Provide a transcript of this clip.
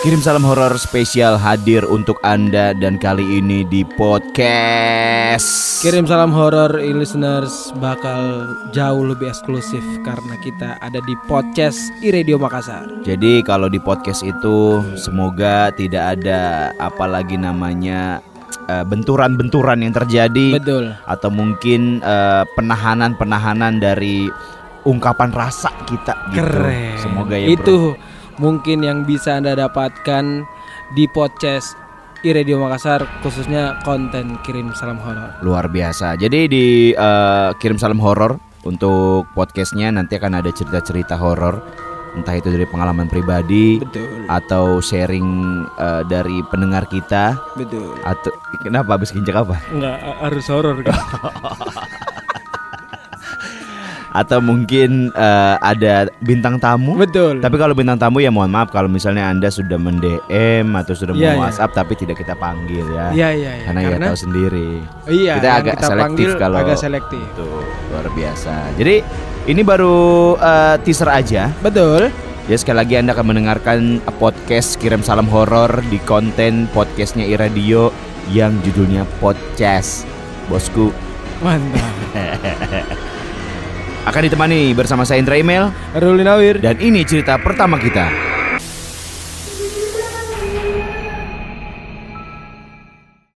Kirim salam horor spesial hadir untuk Anda dan kali ini di podcast. Kirim salam horor eh, listeners bakal jauh lebih eksklusif karena kita ada di podcast iRadio Makassar. Jadi kalau di podcast itu semoga tidak ada apalagi namanya eh, benturan-benturan yang terjadi Betul. atau mungkin eh, penahanan-penahanan dari ungkapan rasa kita gitu. Keren. Semoga ya Itu bro. mungkin yang bisa Anda dapatkan di podcast iRadio Makassar khususnya konten kirim salam horor. luar biasa. Jadi di eh, kirim salam horor untuk podcastnya nanti akan ada cerita-cerita horor entah itu dari pengalaman pribadi Betul. atau sharing eh, dari pendengar kita Betul. atau kenapa habis injak apa? Enggak harus horor kan. atau mungkin eh, ada bintang tamu. Betul. Tapi kalau bintang tamu ya mohon maaf kalau misalnya Anda sudah mendm atau sudah Iya, iya. mau WhatsApp tapi tidak kita panggil ya. Iya iya iya. Karena, ya tahu sendiri. iya, kita yang agak selektif panggil kalau- agak selektif. Itu luar biasa. Jadi ini baru eh, teaser aja. Betul. Ya sekali lagi Anda akan mendengarkan podcast Kirim Salam Horor di konten podcastnya Iradio yang judulnya Podcast. Bosku Mantap. akan ditemani bersama saya Indra Email Ruli Nawir. dan ini cerita pertama kita.